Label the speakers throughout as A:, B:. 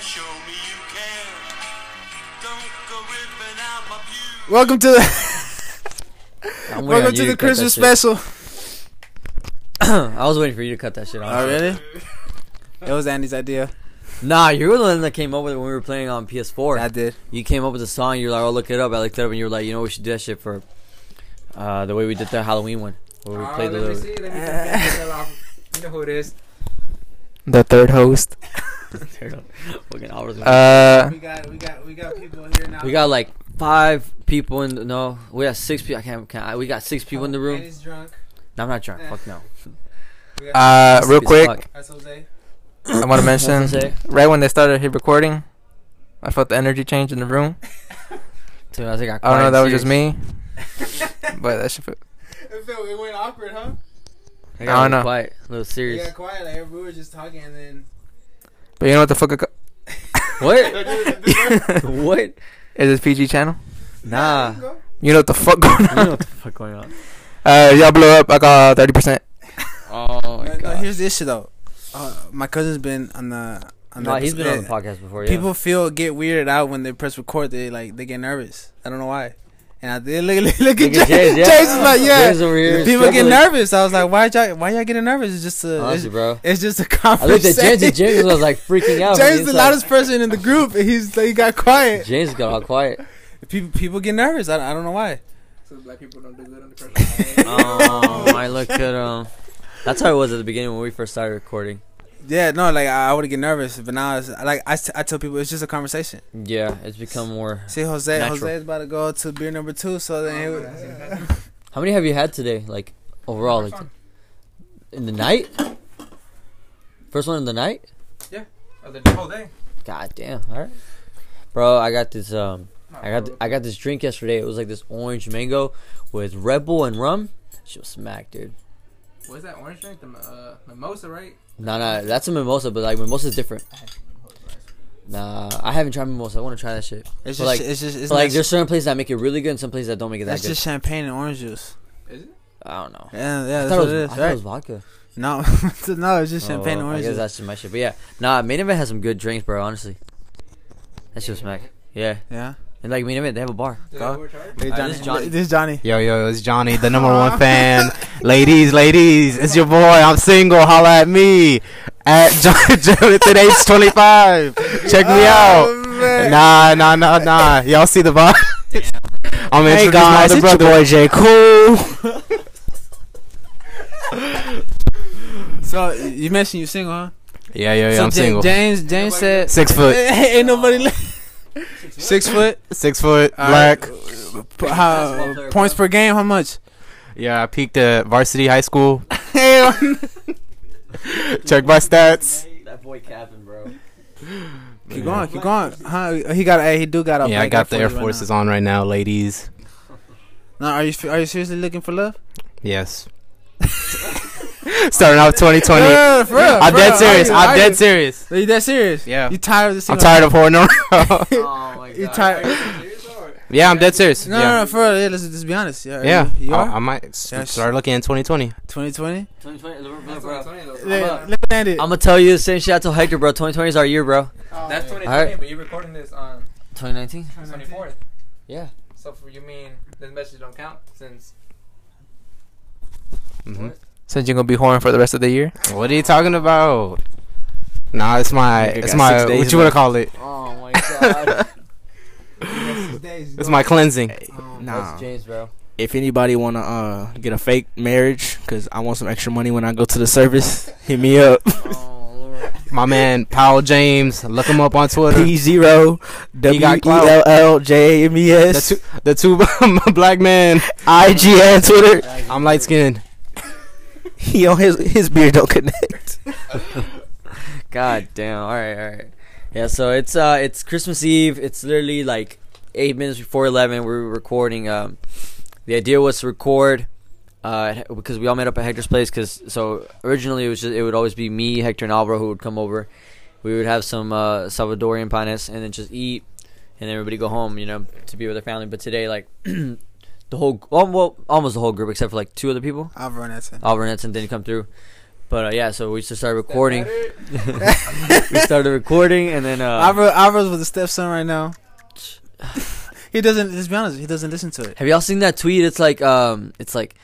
A: Show me you care. Don't go ripping out my pew.
B: Welcome to the
C: I'm waiting
B: welcome
C: on
B: to
C: you
B: the
C: cut that
B: Christmas
C: shit.
B: special.
C: I was waiting for you to cut that shit off.
B: Oh really? It was Andy's idea.
C: Nah, you were the one that came up with it when we were playing on PS4.
B: I did.
C: you came up with a song. You're like, "Oh, look it up." I looked it up, and you were like, "You know, we should do that shit for uh, the way we did the Halloween one, where we
D: Oh,
C: played the
D: let me
C: little."
D: see. Let me check that out. You know who it is.
E: The third host.
C: Fucking hours.
E: Uh,
D: We got, we got, we got people here now.
C: we got like five people in. The, no, we got six people. I can't count. I- We got six people in the room.
D: Andy's drunk.
C: No, I'm not drunk. Fuck no.
D: We got,
E: uh, real
C: As
E: quick,
C: fuck.
D: that's Jose.
E: I want to mention
C: Nothing to say.
E: right when they started hit recording, I felt the energy change in the room.
C: Dude, I was
E: I
C: like,
E: don't know,
C: quiet
E: that was
C: serious.
E: just me, but that shit. fe-
D: It felt it went awkward, huh?
C: I,
E: I
C: got
E: don't know.
C: Quiet, a little
D: We
C: serious.
D: got quiet. Like we were just talking, and then
E: But you know what the fuck? it co-
C: What? what?
E: Is this PG channel?
C: Nah.
D: Go.
E: You know what the fuck going
C: You know
E: on?
C: what the fuck going on?
E: Uh, y'all blow up. I got thirty percent.
C: Oh my
B: No, no,
C: god.
B: here's the issue though. Uh, my cousin's been on the on
C: No, he's been on the
B: episode-
C: podcast before. Yeah.
B: People feel get weirded out when they press record. They like they get nervous. I don't know why. And I did look, look,
C: Look
B: look at
C: at
B: James.
C: James, yeah.
B: James is like, yeah.
C: James over here
B: People get
C: struggling.
B: nervous. I was like, why y'all why y'all getting nervous? It's just a
C: Honestly,
B: it's,
C: bro.
B: it's just a
C: I
B: conversation.
C: looked at James and James was like freaking out.
B: James
C: He's
B: the
C: like-
B: loudest person in the group, and he's like, he got quiet.
C: James got all quiet.
B: People people get nervous. I, I don't know why.
D: So black people don't do good under pressure.
C: Um, I look at um. That's how it was at the beginning when we first started recording.
B: Yeah, no, like I, I would get nervous, but now it's like I, s- I tell people it's just a conversation.
C: Yeah, it's become more.
B: See, Jose,
C: Natural.
B: Jose is about to go to beer number two, so then he would.
D: Oh,
C: How many have you had today? Like overall, like in the night. First one in the night.
D: Oh, the whole day.
C: God damn. All right, bro. I got this. Um, I got I got this drink yesterday. It was like this orange mango with Red Bull and rum. She was smack, dude.
D: What's that orange drink? The uh, mimosa, right?
C: No, no, that's a mimosa, but like mimosa is different. Nah, I haven't tried mimosa. I want to try that shit.
B: It's just,
C: But, like-
B: it's just, it's
C: But, like,
B: not-
C: there's certain places that make it really good, and some places that don't make it that
B: That's
C: good.
B: just champagne and orange juice.
D: Is it?
C: I don't know.
B: Yeah, yeah,
C: I
B: that's
C: thought, it
B: what
C: was,
B: it
C: I
B: is.
C: thought it
B: Right?
C: was vodka.
B: No, no, it's just champagne
C: Oh,
B: and
C: well,
B: orange
C: I guess
B: juice.
C: that's just my shit. But yeah, nah, Main Event has some good drinks, bro. Honestly, that's just smack. Yeah,
B: Yeah.
C: and like Main Event, they have a bar.
D: Did
B: Go.
D: I overcharge?
B: Hey,
C: this is Johnny.
B: This is Johnny.
F: Yo, yo, it's Johnny, the number one fan. ladies, ladies, it's your boy. I'm single. Holla at me. At John Jonathan H. 25. Check
D: Oh,
F: me out. Nah, nah, nah, nah. Y'all see the vibe? I'm gonna
E: Hey
F: introduce my
E: guys,
F: other
E: it's your
F: brother.
E: boy J Cool.
B: So you mentioned you single, huh?
F: Yeah, yeah, yeah.
B: so
F: I'm
B: Ja-
F: single.
B: James, James said,
F: Six foot,
B: hey, ain't nobody. left. Six foot.
F: six foot,
B: All right.
F: black.
B: P- How,
C: Basketball player,
B: points per game? How much?
F: Yeah, I peaked at varsity high school.
B: Hey,
F: Check my stats.
C: That boy capping, bro.
B: keep going, keep going. Huh? He got. Hey, he do got a.
F: Yeah, I
B: black
F: got the Air
B: right
F: Forces on right now, ladies.
B: now. Now, are you f- are you seriously looking for love?
F: Yes. Starting off 2020.
B: Yeah, for real,
F: I'm
B: for
F: dead
B: real.
F: serious.
B: Are you-
F: I'm
B: are
F: dead
B: you-
F: serious.
B: Are you that serious?
F: Yeah.
B: You tired of the
F: I'm
B: single?
F: tired of whoring around.
C: Oh my
B: You
C: god.
B: tired?
F: yeah, I'm dead serious.
B: No,
F: yeah.
B: no, no, for real. Yeah, let's just be honest. Yeah. are
F: yeah,
B: You, you
F: I,
B: are.
F: I might s-
B: Yes.
F: start looking in 2020.
B: 2020.
D: That's 2020 though.
B: Look
C: up.
B: look at it.
C: I'm gonna tell you the same shit I told Hector, bro. 2020 is our year, bro.
D: That's 2020,
C: Alright.
D: but you're recording this on
C: 2019.
D: 24th.
C: Yeah.
D: So for you mean this message don't count since
F: hmm
E: Since you're gonna be whoring for the rest of the year.
F: What are you talking about? Nah, it's my,
E: Nigga
F: it's
E: got
F: my,
E: six days
F: what you wanna call it?
C: Oh my god.
D: days?
F: It's my cleansing.
C: That's James, bro.
E: If anybody wanna uh get a fake marriage, cause I want some extra money when I go to the service, hit me up.
C: Oh lord.
F: My man Powell James, look him up on Twitter.
E: P zero
F: He
E: W E
F: got clout.
E: L L J M E
F: The
E: S
F: two, the two black man.
E: I G N Twitter.
F: I'm light skinned.
E: He on his his beard don't connect.
C: God damn. All right, all right. Yeah, so it's uh it's Christmas Eve. It's literally like 8 minutes before 11 we we're recording um the idea was to record uh at- because we all met up at Hector's place cuz so originally it was just it would always be me, Hector and Alvaro who would come over. We would have some uh Salvadorian panes and then just eat and then everybody go home, you know, to be with their family. But today like the whole well, well almost the whole group except for like two other people
B: I'll run that.
C: Uh, Alvaro and Edson didn't come through. But uh, yeah, so we just started recording. we started recording, and then uh,
B: Alvarez, Alvarez with a stepson right now. He doesn't. Let's be honest. He doesn't listen to it.
C: have y'all seen that tweet? It's like um, it's like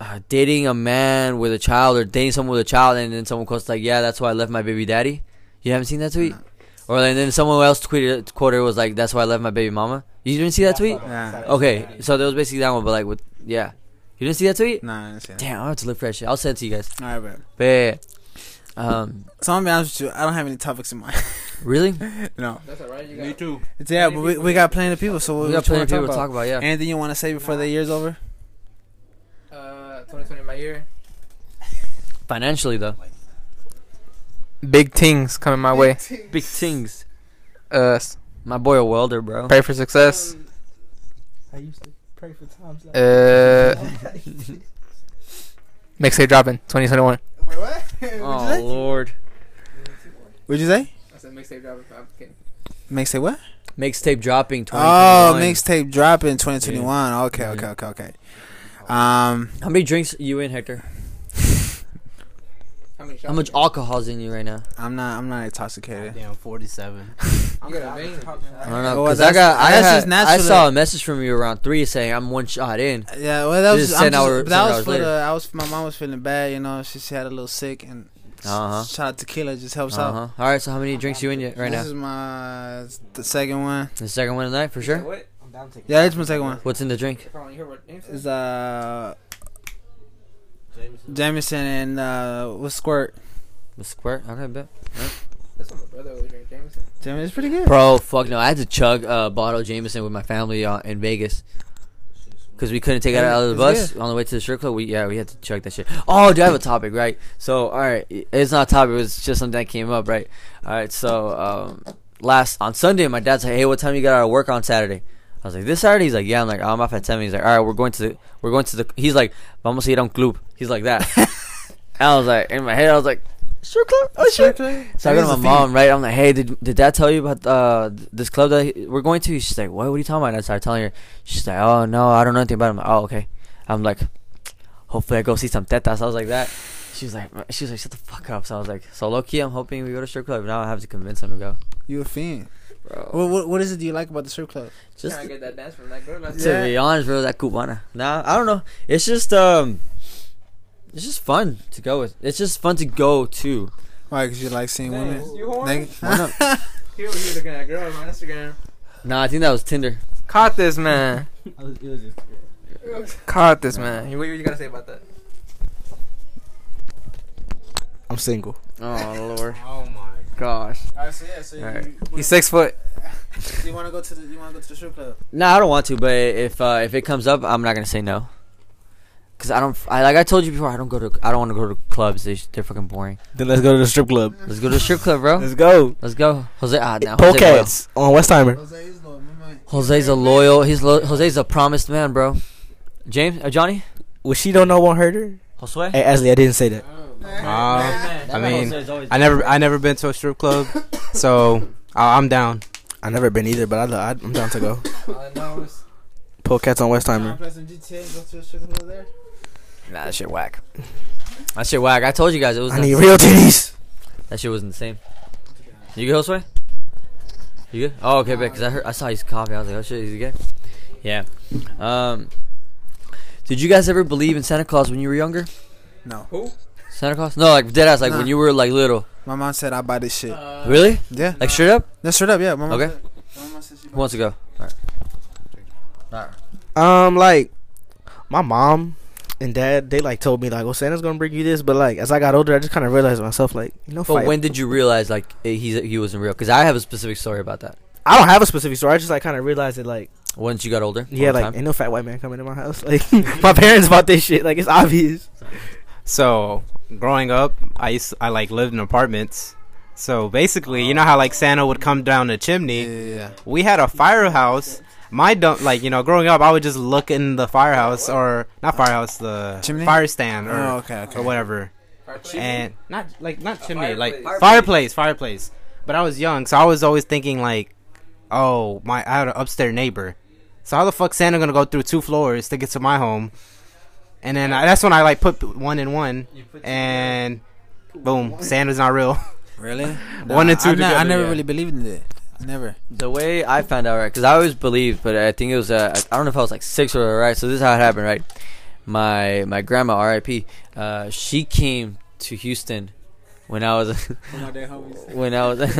C: uh, dating a man with a child or dating someone with a child, and then someone quotes like, "Yeah, that's why I left my baby daddy." You haven't seen that tweet? Or and then someone else tweeted quoted it was like, "That's why I left my baby mama." You didn't see that tweet?
B: Nah,
C: Okay, so that was basically that one, but like with yeah, you didn't see that tweet?
B: nah. I didn't see that.
C: Damn, I have to look for that shit. I'll send it to you guys.
B: All right, bro.
C: But yeah, yeah. um,
B: So I'm gonna be honest with you. I don't have any topics in mind.
C: really,
B: no.
D: That's alright. You
F: Me
D: got
F: too.
B: It's, yeah, but we, we got plenty of people. So what
C: we got
B: what you
C: plenty
B: wanna
C: of people to
B: about?
C: talk about. Yeah,
B: Anything you want to say before the year's over?
D: uh, 2020 my year.
C: financially though,
E: Big things coming my way.
C: big things.
E: Uh,
C: My boy a welder, bro.
E: pray for success.
D: I used to pray for times like
E: Uh, mixtape dropping 2021.
D: Wait, what?
C: Oh lord,
B: What'd you say?
D: I said mixtape driver. I'm kidding.
B: Mixtape what?
C: mixtape dropping.
B: Oh,
C: 2021.
B: mixtape dropping 2021. Okay, okay, okay, okay. Um,
C: How many drinks you in, Hector?
D: How many shots?
C: How much alcohol's in you right now?
B: I'm not. I'm not intoxicated.
G: Damn, 47.
D: You got a vein.
C: I don't know
B: Well,
C: because I
B: Oh, that's-
C: got I,
B: that's
C: had,
B: just natural
C: I saw
B: that-
C: a message from you around three saying I'm one shot in.
B: Yeah, well, that was
C: This is
B: just, I'm
C: 10
B: just-
C: hour- 10
B: but that was
C: hours
B: for
C: later.
B: the. I was my mom was feeling bad. You know, she, she had a little sick, and s-
C: Uh-huh.
B: shot of tequila just helps
C: Uh
B: out.
C: huh. All right, so how many drinks you in yet right
B: this
C: now?
B: is my the second one.
C: The second one tonight for sure.
D: What?
B: Yeah, it's my second one.
C: What's in the drink?
D: If I want to hear what Ames
B: It's uh Jameson and uh with squirt.
C: The squirt. Okay, bet.
D: That's what my brother always drink. Jameson.
B: Jameson is pretty good.
C: Bro, fuck no. I had to chug a bottle of Jameson with my family uh, in Vegas. Because we couldn't take it out of the
B: It's
C: bus on the way to the strip club. We, yeah, we had to chug that shit. Oh, do I have a topic, right? So, alright. It's not a topic. It was just something that came up, right? Alright, so, um, last, on Sunday, my dad's like, hey, what time you got out of work on Saturday? I was like, this Saturday? He's like, yeah. I'm like, oh, I'm off at 7. He's like, alright, we're going to the, we're going to the, he's like, vamos a ir a un club. He's like that. and I was like, in my head, I was like, strip club? Oh, shit. So I go to my mom, right? I'm like, hey, did, did dad tell you about uh, th- this club that he- we're going to? She's like, what? What are you talking about? And I started telling her. She's like, oh, no, I don't know anything about it. I'm like, oh, okay. I'm like, hopefully I go see some tetas. I was like that. She's like, she's like, shut the fuck up. So I was like, so low key, I'm hoping we go to strip club. Now I have to convince him to go.
B: You a fiend.
C: Bro.
B: What, what what is it do you like about the strip club?
C: Just
D: Trying to get that dance from that girl last
C: to
D: night.
C: be honest, bro, that cubana. Nah, I don't know. It's just um, it's just fun to go with. It's just fun to go to.
B: Why? Cause you like seeing women.
D: You horny?
B: Naked?
D: Here we are looking at girls on Instagram.
C: Nah, I think that was Tinder.
E: Caught this man. Caught this man.
D: What you gotta say about that?
F: I'm single.
C: Oh lord.
G: Oh my.
E: Gosh.
B: Alright, so yeah, so you,
E: Alright.
B: you,
E: He's six foot.
B: you want to go to the you want to go to the strip club?
C: No, I don't want to. But if uh, if it comes up, I'm not gonna say no. Cause I don't. I like I told you before. I don't go to. I don't want to go to clubs. They, they're fucking boring.
F: Then let's go to the strip club.
C: Let's go to a strip club, bro.
F: Let's go.
C: Let's go, Oh. Jose. Ah, no, Jose
F: Polecats on Westheimer.
B: Jose is low, my man.
C: Jose's a loyal. He's lo- Jose's a promised man, bro. James, uh, Johnny,
F: Well, she don't know won't hurt her.
C: Josue.
F: Hey, Ashley, I didn't say that.
G: I mean, I never, I never been to a strip club, so I I'm down.
F: I never been either, but I, lo- I I'm down to go.
D: All I know is
F: Polecats on Westheimer.
B: play some GTA. Go to the strip club there.
C: Nah, that shit whack. That shit whack. I told you guys it was.
F: I
C: not-
F: need real titties.
C: that shit wasn't the same. You good, Josue? You good? Oh, okay, because I heard I saw his coffee. I was like, oh shit, he's good. Yeah. Um. Did you guys ever believe in Santa Claus when you were younger?
B: No,
C: Santa Claus? No, like dead ass, like
B: Nah.
C: when you were like little.
B: my mom said I buy this shit.
D: uh,
C: Really?
B: yeah,
C: Like straight up?
B: no, straight up. Yeah, my mom.
C: Okay.
B: Said, my mom said she
C: Who wants to go?
F: Um, like my mom and dad, they like told me like, "Oh, Santa's gonna bring you this," but like as I got older, I just kind of realized myself like, you know,
C: But
F: fight.
C: when did you realize like eh, he's he wasn't real? Because I have a specific story about that.
F: I don't have a specific story. I just like kind of realized it like,
C: Once you got older.
F: yeah,
C: over
F: like
C: time.
F: ain't no fat white man coming to my house. Like my parents bought this shit. Like it's obvious.
G: So growing up, I used, I like lived in apartments. So basically, you know how like Santa would come down the
B: Yeah,
G: chimney.
B: yeah, yeah.
G: We had a firehouse. My dump, like you know, growing up, I would just look in the firehouse or not firehouse, the
B: Chimney?
G: fire stand or
B: Oh, okay, okay.
G: or whatever.
D: fireplace?
G: and not like not chimney, like
D: fireplace.
G: fireplace, fireplace. But I was young, so I was always thinking like, oh my, I had an upstairs neighbor. So how the fuck Santa gonna go through two floors to get to my home? And then I, that's when I like put one in one,
D: You put
G: and Boom. Santa's not real.
B: Really?
G: One and two
B: I'm not- I
G: together,
B: never
G: yeah.
B: really believed in it. Never.
C: The way I found out, right? Because I always believed, but I think it was uh, I don't know if I was like six or right. So this is how it happened, right? My my grandma, R.I.P. Uh, she came to Houston when I was when I was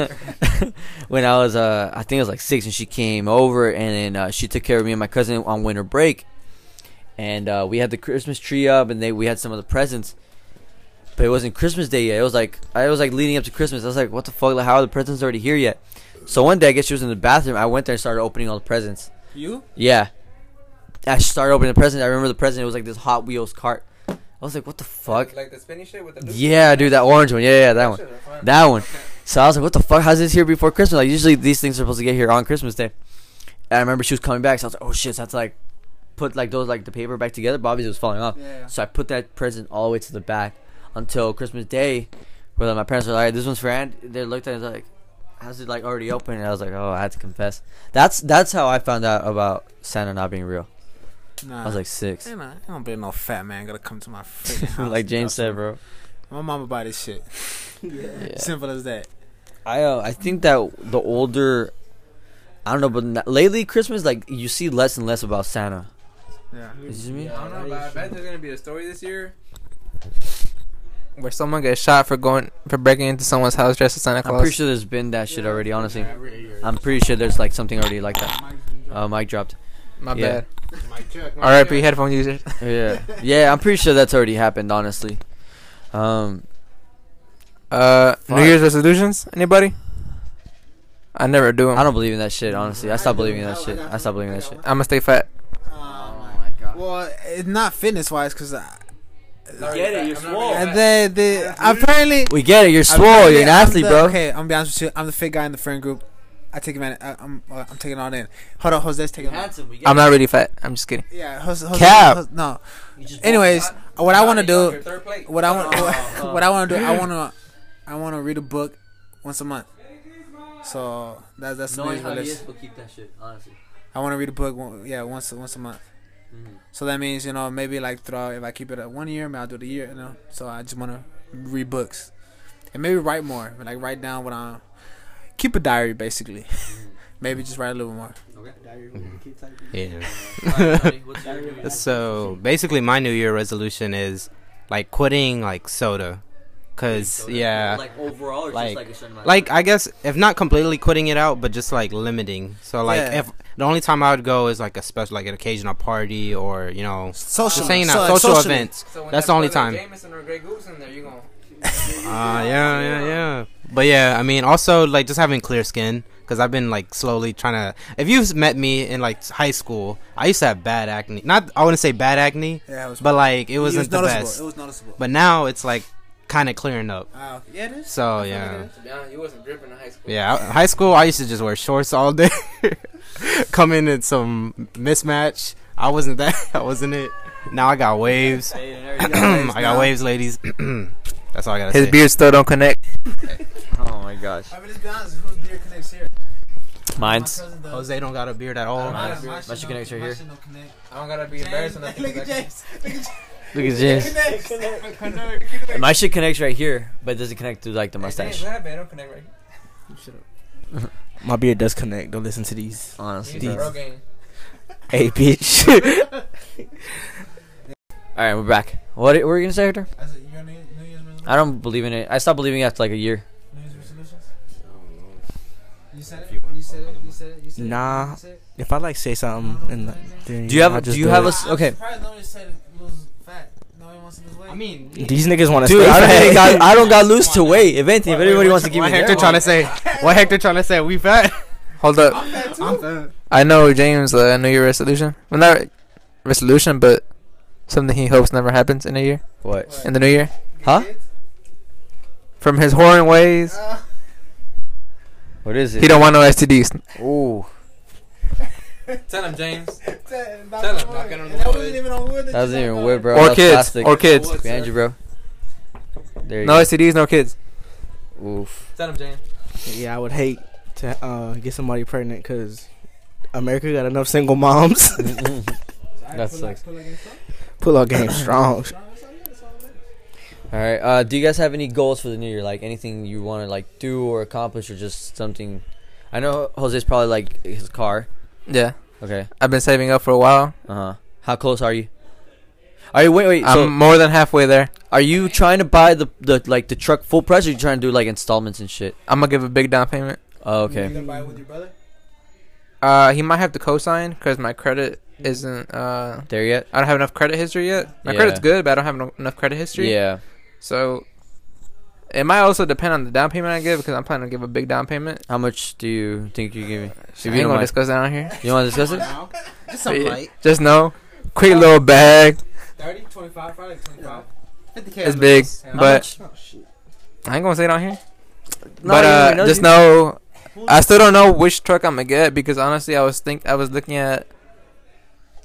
C: when I was uh I think I was like six, and she came over and then uh, she took care of me and my cousin on winter break, and uh, we had the Christmas tree up, and they we had some of the presents. But it wasn't Christmas Day yet. It was like I was like leading up to Christmas. I was like, "What the fuck? Like, how are the presents already here yet?" So one day, I guess she was in the bathroom. I went there and started opening all the presents.
B: You?
C: Yeah. I started opening the presents. I remember the present. It was like this Hot Wheels cart. I was like, what the fuck?
D: Like the spinning shit with the loop?
C: Yeah, dude, that orange one. Yeah, yeah, that
D: Those
C: one.
D: shits are fire.
C: That one. So I was like, what the fuck? How's this here before Christmas? Like, usually these things are supposed to get here on Christmas Day. And I remember she was coming back. So I was like, oh shit. So I had to like put like those, like the paper back together. Bobby's it was falling off.
B: Yeah.
C: So I put that present all the way to the back until Christmas Day, where like, my parents were like, "This one's for Aunt." They looked at it like, "How's it like already open?" And I was like, "Oh, I had to confess." That's that's how I found out about Santa not being real.
B: Nah.
C: I was like six,
B: Ain't I I don't believe no fat man gonna come to my freaking house.
C: like
B: and
C: James
B: stuff.
C: said, bro.
B: My mama buy this shit.
C: Yeah.
B: Simple as that.
C: I uh, I think that the older, I don't know, but n lately Christmas like you see less and less about Santa.
B: Yeah.
C: You see me?
D: I don't know, but I bet there's gonna be a story this year.
E: Where someone gets shot for going for breaking into someone's house dressed as Santa
C: I'm
E: Claus.
C: pretty sure there's been that shit already. Honestly, I'm pretty sure there's like something already like that. Uh, mic dropped.
E: My
C: yeah.
E: bad. R.I.P. headphone users.
C: yeah, yeah. I'm pretty sure that's already happened. Honestly, um,
E: Uh, New
C: Fuck.
E: Year's resolutions? Anybody? I never do them.
C: I don't believe in that shit. Honestly, I stopped believing in that shit. I stopped believing in that shit.
E: I'm gonna stay fat.
C: my god.
B: Um, Well, it's not fitness wise, cause I,
C: Get it, you're swole.
B: and they, they apparently
C: We get it. You're swole.
B: Apparently,
C: You're nasty,
B: I'm the-
C: bro.
B: Okay, I'm gonna be honest with you. I'm the fit guy in the friend group. I take advantage. I, I'm uh, I'm taking it all in. Hold on, Jose's taking. it all in.
C: We
E: I'm not really fat. I'm just kidding.
B: Yeah, Jose, Jose,
G: Cap.
B: Jose- no. Anyways, what I want to
D: Your
B: do,
D: third plate.
B: what I want,
C: Oh,
B: what, I want to do, I want to, I want to read a book once a month. So that's that's the news release.
C: but keep that shit. Honestly.
B: I want to read a book. one- Yeah, once once a month.
C: Mhm.
B: So that means you know maybe like throughout if I keep it at one year, maybe I'll do it a year. You know, so I just want to read books and maybe write more. Like write down what I'm. Keep a diary basically. maybe just write a little more.
G: Yeah.
C: What's
G: So basically, my New Year resolution is like quitting like soda, cause yeah,
C: Like overall,
G: just, Like- like,
C: a certain amount.
G: like I guess if not completely quitting it out, but just like limiting. So like
B: Yeah.
G: if the only time I would go is like a special, like an occasional party or you know,
B: Social.
G: just hanging
B: so,
G: out,
B: like,
G: social
B: socially.
G: events.
D: So when
G: That's
D: that
G: the only
D: brother
G: time.
D: Jameson or Grey Goose in there, you gonna
G: Uh, yeah, yeah, yeah. But yeah, I mean, also like just having clear skin because I've been like slowly trying to. If you've met me in like high school, I used to have bad acne. Not I wouldn't say bad acne,
B: Yeah, it was.
G: but like it
B: it
G: wasn't
B: was
G: the
B: noticeable.
G: best.
B: It was noticeable.
G: But now it's like kind of clearing up.
B: Ah, okay. yeah, it is.
G: So yeah,
D: To be honest, you wasn't dripping in high school.
G: yeah. I- High school, I used to just wear shorts all day. Come in in some mismatch. I wasn't that. I wasn't it. Now I got waves. I got waves, ladies. That's all I gotta
E: His
G: say.
E: beard still don't connect.
C: oh my gosh.
B: I mean, let's be honest. Who's deer connects here?
C: Mine's.
G: Jose don't got a beard at all.
D: My shit
C: don't connect right here.
D: I don't gotta be embarrassed enough to
B: Look at
D: go back.
B: James. Look at
C: Look at this.
B: James. Connect. Connect.
C: My shit connects right here, but it doesn't connect through like the
D: Hey,
C: mustache.
D: James, what happened? I don't connect right.
F: My beard does connect. Don't listen to these.
C: Honestly.
D: He's a real game.
F: Hey, bitch.
C: All right, we're back. What, what were you gonna say, Hector?
B: That's it. Your New New Year's resolution.
C: I don't believe in it. I stopped believing after like a year.
B: New Year's resolutions. You said it. You said it. You said it. You said it.
F: Nah.
B: You said it.
F: if I like say something, and like, then,
C: Do you have-
F: I'll just
C: do you
F: it.
C: have a s- Okay.
B: I'm surprised nobody said lose fat. Nobody wants to lose weight.
G: I mean,
F: These niggas want to
C: Dude,
F: stay
C: I don't,
F: fat.
C: think I, I don't got lose to weight. If anything, if anybody wants to give me
G: what
C: their
G: Hector trying to say? What Hector trying to say? We fat?
E: Hold up. I know James' uh, New Year resolution. Well, not resolution, but something he hopes never happens in a year.
C: What?
E: In the New Year,
C: Huh? Uh.
E: from his whoring ways,
C: What is
E: he don't want no STDs.
C: Ooh,
D: Tell him, James.
B: Tell him.
D: Tell him, knock it on the
B: That
D: wood.
B: wasn't even on wood.
C: that wasn't even wood, bro.
E: Or
C: that was
E: kids.
C: Plastic.
E: Or kids.
C: Behind you, bro. There you
E: No STDs, no kids.
C: go. Oof.
D: Tell him, James.
F: Yeah, I would hate to uh, get somebody pregnant because America got enough single moms.
C: that sucks.
F: Pull out game strong.
C: All right. Uh, do you guys have any goals for the new year? Like anything you want to like do or accomplish, or just something? I know Jose's probably like his car.
E: Yeah,
C: Okay.
E: I've been saving up for a while.
C: Uh huh. How close are you? Are you wait wait?
E: I'm
C: so
E: more than halfway there.
C: are you trying to buy the the like the truck full price, or you trying to do like installments and shit?
E: I'm gonna give a big down payment.
C: Oh, okay.
B: gonna buy it with your brother?
E: Uh, he might have to co-sign because my credit isn't. Uh,
C: There yet?
E: I don't have enough credit history yet. My
C: Yeah.
E: credit's good, but I don't have no- enough credit history.
C: Yeah.
E: So, it might also depend on the down payment I give because I'm planning to give a big down payment.
C: How much do you think you give me?
E: I
C: If you
E: ain't
C: don't
E: gonna
C: mind.
E: discuss that on here.
C: You want to discuss it?
F: It's
E: But yeah, Just know, quick little bag.
D: 30, 25, probably 25.
E: It's big, but
C: How much?
E: I ain't gonna say it on here.
C: No,
E: but
C: you
E: uh,
C: already know
E: just
C: you-
E: know, I still don't know which truck I'm gonna get because honestly, I was think I was looking at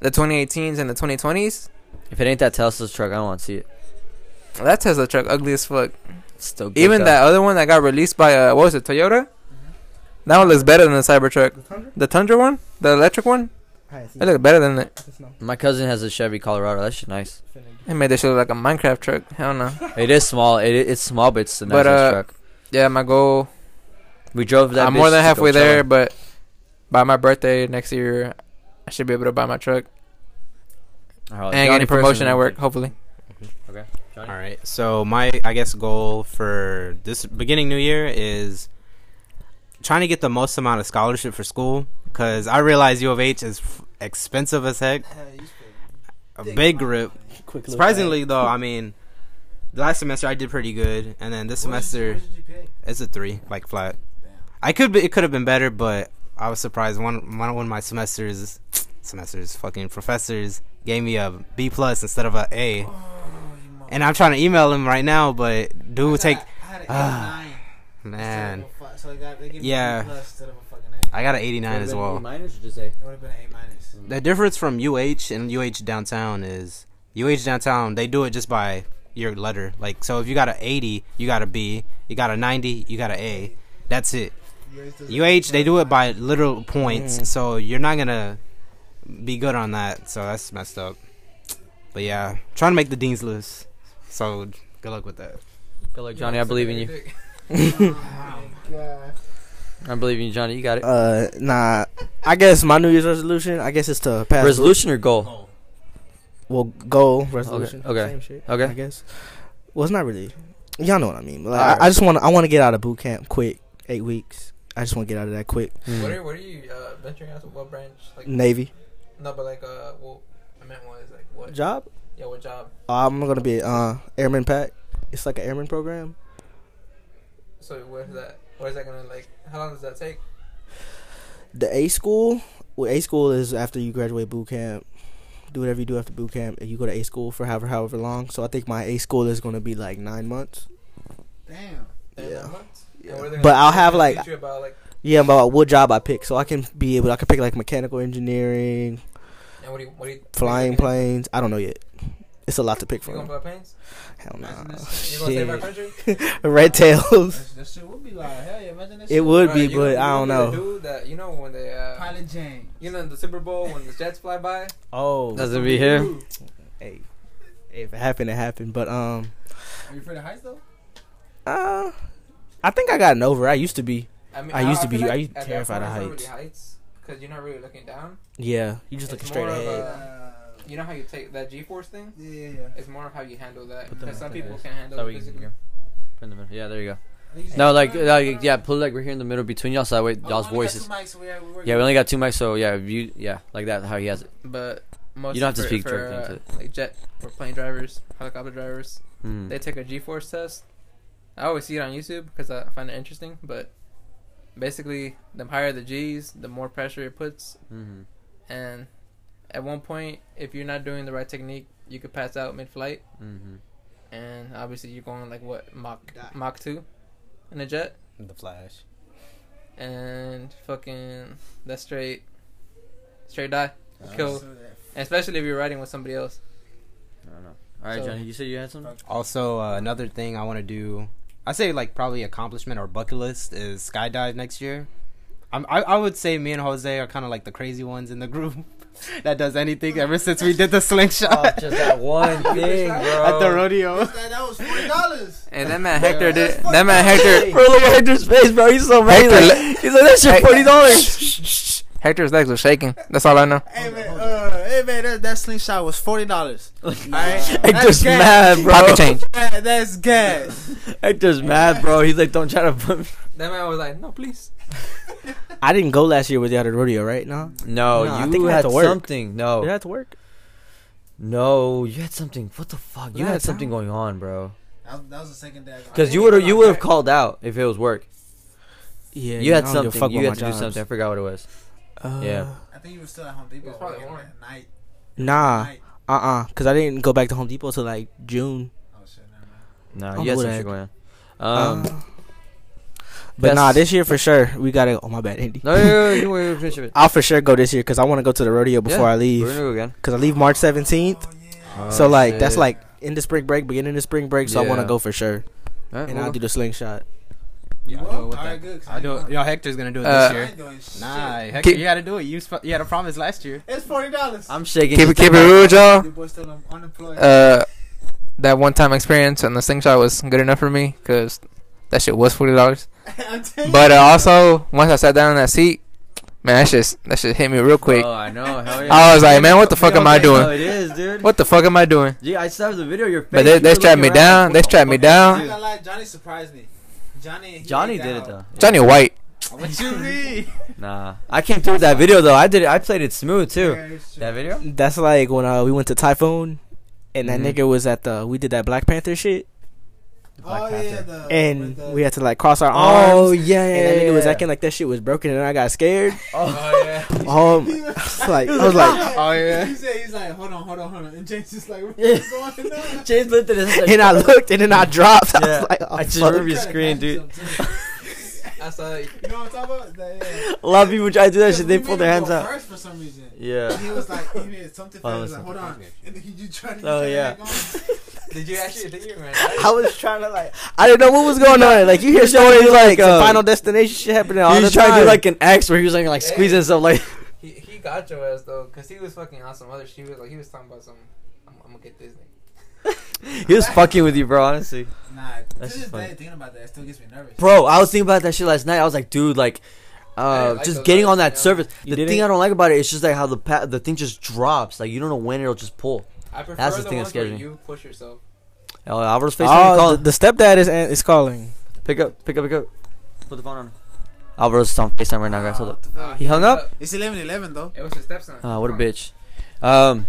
E: the 2018s and the 2020s.
C: if it ain't that Tesla's truck, I don't want to see it.
E: That Tesla truck ugly as fuck.
C: It's still good
E: Even
C: though.
E: that other one that got released by uh, what was it, Toyota? That one looks better than the Cybertruck. Mm-hmm. The Tundra one, the electric one, it looked better than it.
C: My cousin has a Chevy Colorado. That shit nice.
E: It made that shit look like a Minecraft truck. Hell no.
C: It is small. It it's small, but it's a nice
E: But,
C: ass
E: uh,
C: truck.
E: Yeah, my goal
C: We drove that.
E: I'm
C: bitch
E: more than
C: to
E: halfway
C: Coachella.
E: there, but by my birthday next year, I should be able to buy my truck
C: Oh,
E: and
C: Johnny
E: get any promotion
C: Person.
E: at work, hopefully.
C: Johnny?
G: All right. So my I guess goal for this beginning new year is trying to get the most amount of scholarship for school because I realize U of H is f- expensive as heck. A big grip. Surprisingly though, I mean, the last semester I did pretty good, and then this semester it's a three, like flat. I could be, it could have been better, but I was surprised one one one of my semesters semesters fucking professors gave me a B plus instead of a A. And I'm trying to email him right now, but dude, take Ah, man. Yeah. I got an 89 as well. The difference from UH and UH downtown is UH downtown they do it just by your letter. Like so, if you got a 80, you got a B. You got a 90, you got a A. That's it. UH they do it by literal points, so you're not gonna be good on that. So that's messed up. But yeah, trying to make the dean's list. So good luck with that.
C: Good luck, Johnny. I believe in you. Oh I believe in you, Johnny. You got it.
F: Uh, nah. I guess my New Year's resolution. I guess is to pass.
C: Resolution or goal?
F: well, goal resolution.
C: okay.
F: Same shit,
C: Okay.
F: I guess. Well, it's not really. Y'all know what I mean. But like,
C: Alright.
F: I, I just want. I want to get out of boot camp quick. Eight weeks. I just want to get out of that quick.
C: Hmm.
D: What are, what are you uh, venturing out to? What branch? Like,
F: Navy
D: No, but like, uh, well, I meant was like, what?
F: job.
D: Yeah, what job?
F: I'm gonna be uh airman pack. It's like an airman program.
D: So where's that? Where's that gonna like? How long does that take?
F: The A school. Well, A school is after you graduate boot camp. Do whatever you do after boot camp, and you go to A school for however however long. So I think my A school is gonna be like nine months.
B: Damn.
D: Nine
F: Yeah.
D: months?
F: Yeah.
D: And what are they gonna-
F: But I'll
D: what are they
F: have,
D: gonna
F: like-
D: teach you about, like,
F: Yeah, but what job I pick, so I can be able. I can pick like mechanical engineering,
D: and what do you, what do you,
F: flying
D: what are
F: planes. I don't know yet. It's a lot to pick
D: You gonna
F: from.
D: fly planes?
F: Hell no.
D: You gonna save our
F: Shit.
D: country?
F: Red tails.
B: That shit would be like, hell yeah, imagine that
F: It would
D: Bruh,
F: be,
D: you gonna-
F: but
D: you
F: I don't
D: gonna be
F: know.
D: the dude that- you know when they, uh,
B: Pilot James.
D: you know in the Super Bowl when the jets fly by.
F: Oh,
C: Doesn't be here.
F: hey, if it happened, it happened. But um,
B: Are you afraid of heights though?
F: uh, I think I gotten over. it. I used to be.
D: mean,
F: I used to
D: feel
F: be- I used to
D: at that
F: terrified
D: point,
F: of
D: it's not Really heights, because you're not really looking down.
F: Yeah, you
D: It's
F: just looking straight
D: more of
F: ahead.
D: a- You know how you take that G-force thing.
B: Uh, yeah, yeah, yeah.
D: It's more of how you handle that.
C: Put them
D: Because
C: like
D: some
C: that.
D: people can handle
C: That
D: it
C: way you can-
D: physically.
C: In the middle. Yeah, there you go.
B: I think you
C: No,
B: said-
C: like, like yeah, put it like we're here in the middle between y'all, so that way
B: Oh,
C: y'all's
B: we only got
C: voices.
B: two mics, so yeah, we're
C: Yeah, we only got two mics, so yeah, if you yeah, like that how he has it.
D: But most
C: You don't have to
D: for-
C: speak
D: for,
C: directly
D: uh,
C: into
D: like jet or plane drivers, helicopter drivers.
F: Mm.
C: Hmm.
D: They take a G-force test. I always see it on YouTube because I find it interesting. But basically, the higher the G's, the more pressure it puts.
C: Mhm.
D: And at one point, if you're not doing the right technique, you could pass out mid-flight.
C: Mhm.
D: And obviously, you're going like what Mach
F: Die.
D: Mach two in a jet,
G: The Flash.
D: and fucking that's straight straight die,
B: Cool.
D: kill. And especially if you're riding with somebody else.
C: I don't know. All right,
D: So-
C: Johnny, you said you had something.
G: Also, uh, another thing I want to do, I say like probably accomplishment or bucket list is skydive next year. I'm, I I would say me and Jose are kind of like the crazy ones in the group. that does anything ever since we did the slingshot
C: Oh, just that one thing,
G: at the
C: bro.
G: rodeo.
A: that was forty dollars.
E: And that man Hector did. That man Hector.
C: Bro, look at Hector's face, bro. He's so mad. He's
E: Hector,
C: like, he's like, that shit forty dollars.
E: Hector's legs were shaking. That's all I know.
B: Hey man, uh, hey man, that, that slingshot was forty dollars. Alright,
C: Hector's mad, bro.
E: Pocket change.
B: that's gas.
C: Hector's mad, bro. He's like, don't try to put me.
D: That man was like, no, please.
F: I didn't go last year with y'all to rodeo, right? No,
C: No,
F: No, I
C: you
F: think I had
C: had
F: to work.
C: something. No,
F: did I have to work?
C: no, you had something. What the fuck? You
F: Yeah,
C: had something going on, bro.
B: That was, that was the second day. I got-
C: Because you would you would have called out if it was work.
F: Yeah,
C: You had
F: I don't give a
C: something. You had
F: about
C: to
F: my
C: do something. I
F: jobs.
C: forgot what it was.
F: Uh,
C: Yeah.
B: I think you were still at Home Depot.
D: It was probably
B: working
D: warm.
B: at night.
F: Nah,
B: night.
F: uh, uh, cause I didn't go back to Home Depot till like June.
B: Oh shit, never mind.
C: No,
F: Oh,
C: you had some
F: Budak.
C: shit going on. Um,
F: Uh, but nah, this year for sure we gotta. Oh my bad, Andy.
C: no, no, no, no, no, no, finish it.
F: I'll for sure go this year because I want to go to the rodeo before
C: Yeah, We're
F: I
C: gonna
F: leave.
C: go again.
F: Cause I leave March seventeenth,
B: Oh,
F: so like that's like in the spring break, beginning of the spring break. So I want
C: Yeah.
F: to go for sure,
C: Alright,
F: and
C: we'll
F: I'll do
C: go.
F: the slingshot.
B: You
G: I'll do it
B: will?
G: with
B: Alright,
G: that.
B: good. 'cause
G: I do it. Yo, Hector's gonna do it this
E: Uh,
B: I
G: year.
B: ain't doing shit.
G: Nah, Hector,
E: Keep-
G: you gotta do it. You sp- you had a promise last year.
B: It's forty dollars.
C: I'm shaking.
E: Keep it
C: just
E: keep it
C: about-
E: real, with y'all.
B: Your boy's still un- unemployed.
E: Uh, that one time experience and the slingshot was good enough for me because that shit was forty dollars.
B: I'm telling
E: But uh, also once I sat down in that seat, man, that shit that shit hit me real quick.
D: Uh,
C: Oh, I know. Hell yeah.
E: I was like, man, what the fuck
C: We all
E: am I
C: think
E: doing?
C: how It is, dude.
E: What the fuck am I doing?
C: Yeah, I still have the video. of Your face.
E: But they,
C: You were
E: they strapped
C: looking
E: me
C: around like,
E: down.
C: what
E: They
C: the
E: strapped me
C: fuck am I
B: you. I'm not
E: down.
B: gonna lie, Johnny surprised me. Johnny. he
C: Johnny
B: ate
C: did it
B: out.
C: though.
E: Johnny White.
B: What you mean?
C: Nah, I came through with that video though. I did it. I played it smooth too. That video.
F: That's like when uh, we went to Typhoon, and that
E: Mhm.
C: Mm-hmm.
F: nigga was at the. We did that Black Panther shit,
B: Oh yeah, the,
F: and
B: with the-
F: we had to like cross our arms.
C: yeah,
F: And that nigga was acting like that shit was broken, and I got scared.
C: Oh yeah.
F: Um, like I was like,
G: Oh yeah.
B: He said he's like, hold on, hold on, hold on, and James is like, what's
C: Yeah.
B: going on?
C: James looked at us.
F: and I looked, and then I dropped. I
C: Yeah,
F: was like, oh,
C: I just
F: fuck.
C: remember your screen,
B: Trying to catch
C: dude.
B: himself, too.
D: I saw it.
B: You know what I'm talking about? That, yeah.
C: A lot of people try to do that
B: Because
C: shit.
B: we
C: They
B: made
C: pull
B: him
C: their hands
B: go
C: up.
B: First for some reason.
C: Yeah.
B: He was like, he did something.
C: Oh,
B: Oh, was
C: listen.
B: like, hold on, and then he just tried to.
C: Oh,
B: get
C: yeah.
B: back on.
D: Did you actually think you were
F: I was trying to like, I didn't know what was going on. Like you hear stories like
C: uh,
F: some Final Destination shit happening all
C: he
F: the
C: was trying
F: time.
C: to do like an X where he was like, like squeezing himself like.
D: He, he got your ass though, cause he was fucking on some other shit. He was like, he was talking about some. I'm, I'm gonna get this nigga.
C: He was fucking with you, bro. Honestly,
B: Nah,
C: That's
B: to this
C: funny.
B: day, thinking about that, it still gets me nervous.
C: bro. I was thinking about that shit last night. I was like, dude, like.
D: I
C: Uh,
D: didn't like
C: just
D: those
C: getting
D: others,
C: on that
D: yeah.
C: surface.
F: You
C: The thing
F: didn't?
C: I don't like about it is just like how the pa- the thing just drops. Like you don't know when it'll just pull.
D: I prefer
C: That's the
D: the,
C: thing that
D: ones
C: scares
D: where
C: me.
D: you push yourself.
C: Oh, Alvaro's face.
F: oh, the, the stepdad is is calling.
C: Pick up, pick up, pick up. Put the phone on. Alvaro's on FaceTime right now, guys. Hold up. He hung up?
B: It's 11 11 though.
D: It was his stepson.
C: Ah, what a bitch. Um,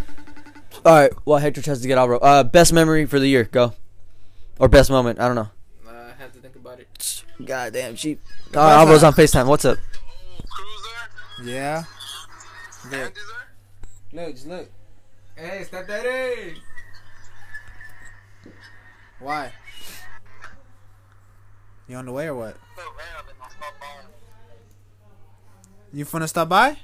C: all right. Well, Hector tries to get Alvaro. Uh, best memory for the year, go. Or best moment, I don't know.
D: Uh, I have to think about it.
C: Goddamn cheap. Uh, Alvaro's on FaceTime. What's up?
G: Yeah.
B: Look, just look.
D: Hey, stepdaddy!
B: Why? You on the way or what? You finna stop by?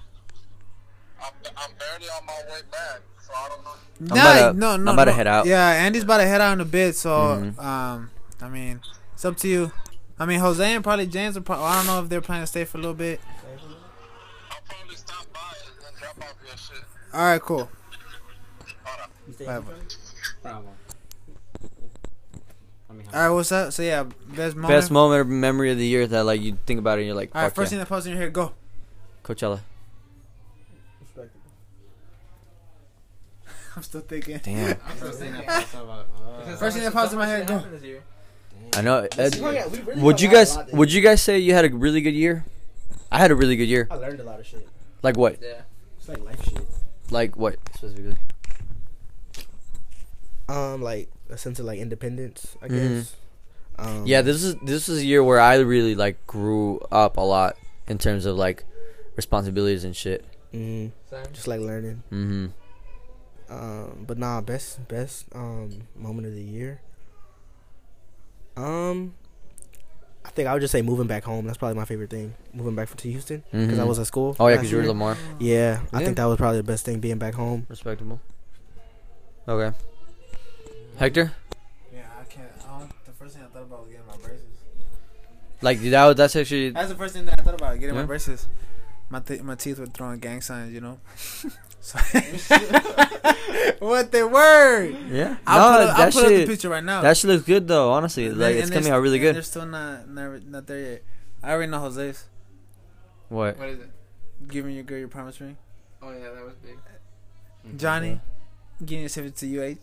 A: I'm barely on my way back, so I don't know.
B: No,
C: about to-
B: no,
C: I'm
B: no.
C: about to
B: no.
C: head out.
B: Yeah, Andy's about to head out in a bit. So,
C: Mhm.
B: um, I mean, it's up to you. I mean, Jose and probably James. Are pro- I don't know if they're planning to stay for a little bit.
A: I'll probably stop by and then drop off your shit.
B: All right, cool. All right, what's up? So yeah, best moment.
C: Best moment or memory of the year that like you think about it and you're like,
B: All right,
C: fuck
B: first
C: yeah.
B: thing that pops in your head, go.
C: Coachella.
F: uh,
B: I'm still thinking.
C: Damn.
D: I'm still saying that.
G: uh,
B: First thing that pops in my head, go.
C: I know. uh, would you guys? Would you guys say you had a really good year? I had a really good year.
F: I learned a lot of shit.
C: Like what?
D: Yeah.
F: It's like life shit.
C: Like what specifically?
F: Um, like a sense of like independence, I
C: Mhm.
F: guess. Um,
C: Yeah, this is this was a year where I really like grew up a lot in terms of like responsibilities and shit.
F: mhm, just like learning.
C: hmm
F: Um, but nah, best best um moment of the year. Um, I think I would just say moving back home. That's probably my favorite thing. Moving back to Houston because I
C: Mhm.
F: was at school.
C: Oh yeah,
F: last
C: because you were
F: year.
C: Lamar,
F: Yeah, I
C: Yeah.
F: think that was probably the best thing being back home.
C: respectable. Okay. Hector,
B: Yeah, I can't. I don't, the first thing I thought about was getting my braces.
C: like that was that's actually
B: That's the first thing that I thought about getting
C: Yeah.
B: my braces. My th- my teeth were throwing gang signs, you know. So what they were?
C: Yeah.
B: I'll
C: no,
B: put, up, I'll
C: that
B: put up the
C: shit.
B: picture right now.
C: that shit looks good though. Honestly,
B: And
C: like
B: they-
C: it's
B: and
C: coming
B: they're-
C: out really
B: and They're
C: good.
B: still not never not there yet. I already know Jose's
C: What?
D: What is it?
B: giving your girl your promise ring.
D: Oh yeah, that was big.
C: Mm-hmm.
B: Johnny getting yourself to UH.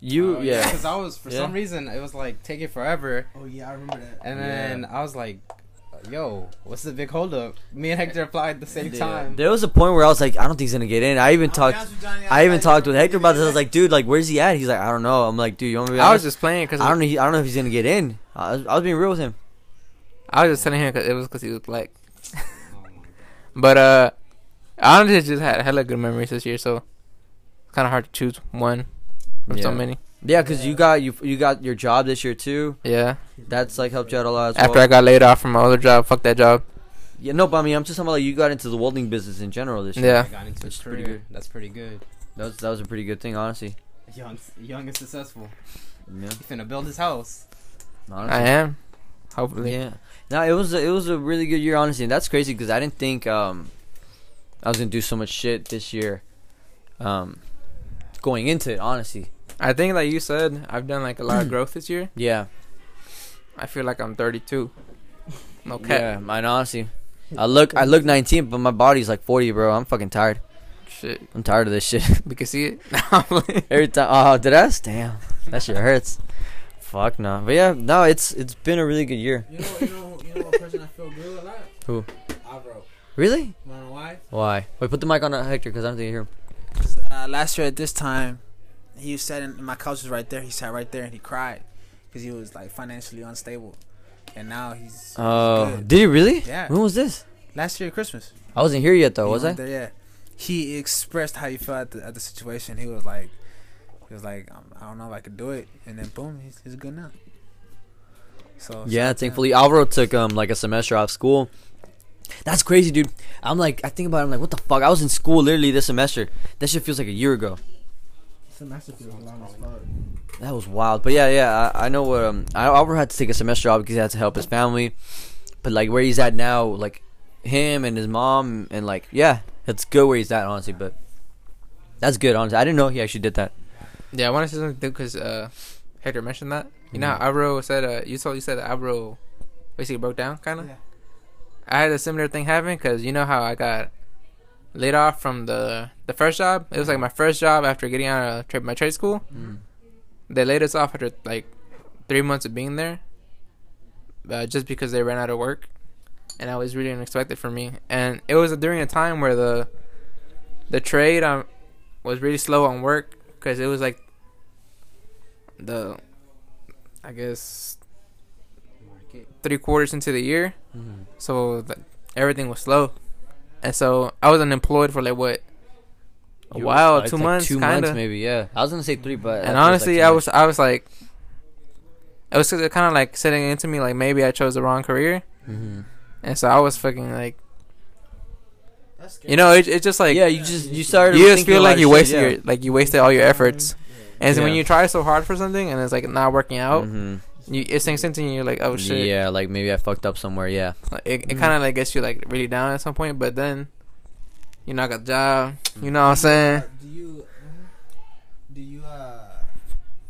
C: You
H: Oh,
C: yeah.
H: Because I was for
C: Yeah.
H: some reason it was like taking forever,
F: Oh yeah, I remember that.
H: and
C: Yeah.
H: then I was like, "Yo, what's the big holdup?" Me and Hector applied at the same
C: Yeah.
H: time.
C: There was a point where I was like, I don't think he's gonna get in. I even talked. I even talked with Hector about this. I was like, dude, like, where's he at? He's like, I don't know. I'm like, dude, you want me to be
E: I was
C: honest?
E: just playing because
C: I don't know. I don't know if he's gonna get in. I was, I was being real with him.
E: I was just telling him 'cause it was because he was black. but uh, I honestly just had hella good memories this year, so it's kind of hard to choose one from so
C: Yeah.
E: many.
C: Yeah, cause you got you you got your job this year too.
E: Yeah.
C: That's like helped you out a lot. As
E: After
C: well.
E: I got laid off from my other job, fuck that job.
C: yeah, no, but I mean, I'm just talking about like you got into the welding business in general this year.
E: Yeah.
H: I got into a
C: That's
H: career.
C: pretty
H: That's pretty good.
C: that was that was a pretty good thing, honestly.
H: Young, young and successful.
C: Yeah,
H: He finna build his house.
C: honestly.
E: I am. Hopefully.
C: Yeah. No, it was a, it was a really good year, honestly. And that's crazy because I didn't think um, I was gonna do so much shit this year. Um, going into it, honestly.
E: I think, like you said, I've done like a lot of growth this year.
C: Yeah.
E: I feel like I'm 32. No cap.
C: Yeah. Mine, honestly. I look I look 19, but my body's like 40, bro. I'm fucking tired.
E: Shit.
C: I'm tired of this shit.
E: We can see it. I'm playing.
C: Every time. Oh, did I? Damn. That shit hurts. Fuck no. But yeah, no. It's it's been a really good year.
B: You know, you know, you know, a person I feel good about.
C: Who?
B: Avro.
C: Really?
B: Wanna know why?
C: Why? Wait, put the mic on uh, Hector because I don't think you hear him.
B: Because uh, last year at this time, he sat in my couch was right there. He sat right there and he cried because he was like financially unstable, and now he's. he's
C: Oh,
B: good.
C: did he really?
B: Yeah.
C: When was this?
B: last year at Christmas.
C: I wasn't here yet though,
B: He
C: was I?
B: went There, yeah. He expressed how he felt at the, at the situation. He was like, he was like, um, I don't know if I could do it, and then boom, he's, he's good now. So
C: Yeah,
B: shout out to him.
C: thankfully Alvaro took um like a semester off school. That's crazy, dude. I'm like, I think about it. I'm like, what the fuck? I was in school literally this semester. That shit feels like a year ago.
F: Semester feels long as fuck.
C: That was wild. But yeah, yeah, I, I know what um I Alvaro had to take a semester off because he had to help his family. But like where he's at now, like him and his mom and like yeah, it's good where he's at honestly. But that's good honestly. I didn't know he actually did that.
E: Yeah, I want to say something because uh, Hector mentioned that. You know,
C: Mhm.
E: how Abro said uh, you told you said that Abro basically broke down, kind of.
F: Yeah.
E: I had a similar thing happen because you know how I got laid off from the the first job. It was like my first job after getting out of tra- my trade school. They laid us off after like three months of being there, uh, just because they ran out of work, and that was really unexpected for me. And it was during a time where the the trade um, was really slow on work because it was like the I guess three quarters into the year, so th- everything was slow, and so I was unemployed for like what a while,
C: It's
E: two
C: like
E: months,
C: two
E: kind
C: months
E: of.
C: maybe. Yeah, I was gonna say three, but that
E: And
C: feels like
E: honestly,
C: too
E: I
C: much.
E: was I was like, it was kind of like sitting into me like maybe I chose the wrong career, mm-hmm.
C: Mhm.
E: and so I was fucking like, you know, it, it's just like
C: yeah, you just you started.
E: you just
C: thinking
E: feel
C: a lot
E: like
C: of
E: you
C: shit,
E: wasted
C: yeah.
E: your like you wasted all your efforts. And so when
C: Yeah.
E: you try so hard for something and it's like not working out,
C: Mhm.
E: you it sinks into you. You're like, oh shit.
C: Yeah, Mm-hmm. like maybe I fucked up somewhere. Yeah.
E: Like, it it kind of like gets you like really down at some point. But then you knock a job. You know what I'm
B: Mm-hmm.
E: saying?
B: Uh, Do you do you uh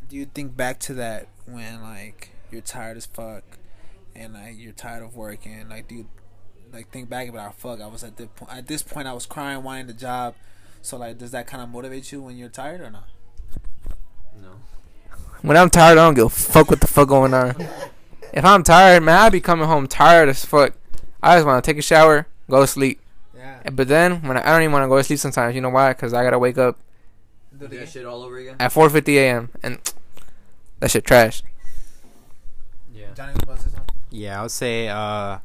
B: do you think back to that when like you're tired as fuck and like you're tired of working? Like do you like think back about fuck? I was at the point at this point I was crying, wanting the job. So like, does that kind of motivate you when you're tired or not?
E: When I'm tired, I don't give a fuck what the fuck going on. if I'm tired, man, I be coming home tired as fuck. I just want to take a shower, go to sleep.
B: Yeah.
E: But then when I, I don't even want to go to sleep sometimes. You know why? Because I gotta wake up
C: shit all over again.
E: at 4:50 a.m. and that shit trash.
C: Yeah.
B: Johnny was about to say something.
G: Yeah, I would say uh,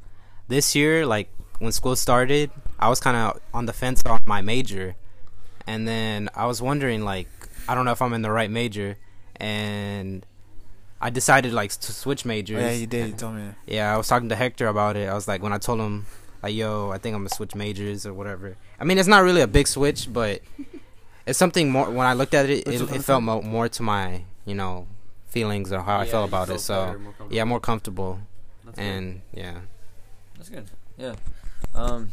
G: this year, like when school started, I was kind of on the fence on my major, and then I was wondering, like, I don't know if I'm in the right major, and I decided like to switch majors.
B: yeah, you did. You told me.
G: Yeah, I was talking to Hector about it. I was like, when I told him, like, yo, I think I'm gonna switch majors or whatever. I mean, it's not really a big switch, but it's something more. When I looked at it, it, it felt mo- more to my, you know, feelings or how I felt about it. So, yeah, more comfortable. and yeah,
C: that's good. Yeah. Um.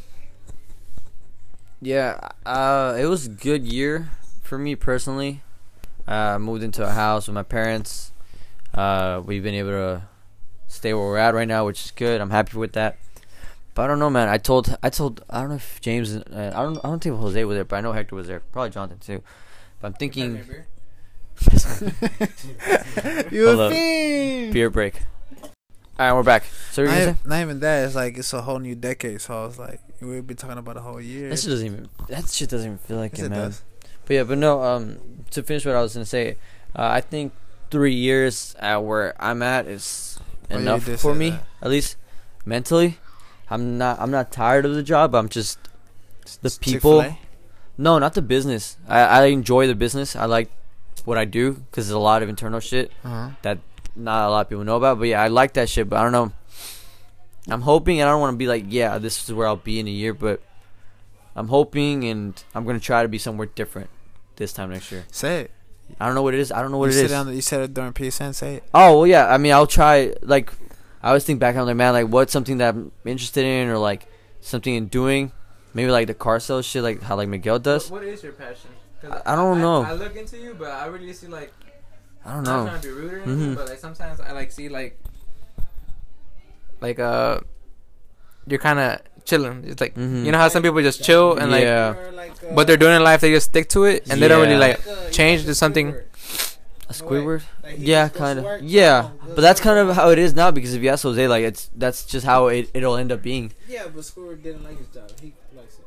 C: Yeah, uh, it was a good year for me personally. Uh, I moved into a house with my parents. Uh, we've been able to stay where we're at right now, which is good. I'm happy with that. But I don't know, man. I told, I told, I don't know if James, and- uh, I don't, I don't think Jose was there, but I know Hector was there. Probably Jonathan too. But I'm thinking
B: You
C: Hold
B: a
C: up.
B: fiend.
C: beer break. All right, we're back. So what were you
B: Not,
C: gonna
B: e- not even that. It's like it's a whole new decade. So I was like, we'll be talking about a whole year.
C: say? That shit doesn't even. That shit doesn't even feel like
B: Yes,
C: it,
B: it
C: man.
B: does.
C: But yeah, but no. Um, to finish what I was gonna say, uh, I think three years at where I'm at is
B: Oh, yeah, you
C: enough
B: did
C: for
B: say
C: me,
B: that.
C: at least mentally. I'm not. I'm not tired of the job. I'm just the people.
B: Chick-fil-A?
C: No, not the business. I, I enjoy the business. I like what I do because there's a lot of internal shit
B: Uh-huh.
C: that not a lot of people know about. But yeah, I like that shit. But I don't know. I'm hoping, and I don't want to be like, yeah, this is where I'll be in a year. But I'm hoping, and I'm gonna try to be somewhere different this time next year.
B: Say it.
C: I don't know what it is. I don't know what
B: you
C: it
B: sit
C: is.
B: Down, you said it during PSN. Say it.
C: Oh well, yeah. I mean, I'll try. Like, I always think back. I'm like, man, like, what's something that I'm interested in, or like something in doing? Maybe like the car sales shit, like how like Miguel does.
E: What is your passion? 'Cause
C: I, I don't know.
E: I, look into you, but I really see like
C: I don't
E: not
C: know.
E: trying to be rude or anything,
C: Mhm.
E: but like sometimes I like see like like uh you're kind of chilling. It's like
C: Mhm.
E: you know how some people just chill and like
C: yeah,
E: what they're doing in life, they just stick to it and they don't really
C: Yeah.
E: like change to something.
C: a Squidward. yeah, kind of. Yeah, but that's kind of how it is now because if you ask Jose, like, it's that's just how it it'll end up being.
F: Yeah, but Squidward didn't like his job. He likes it.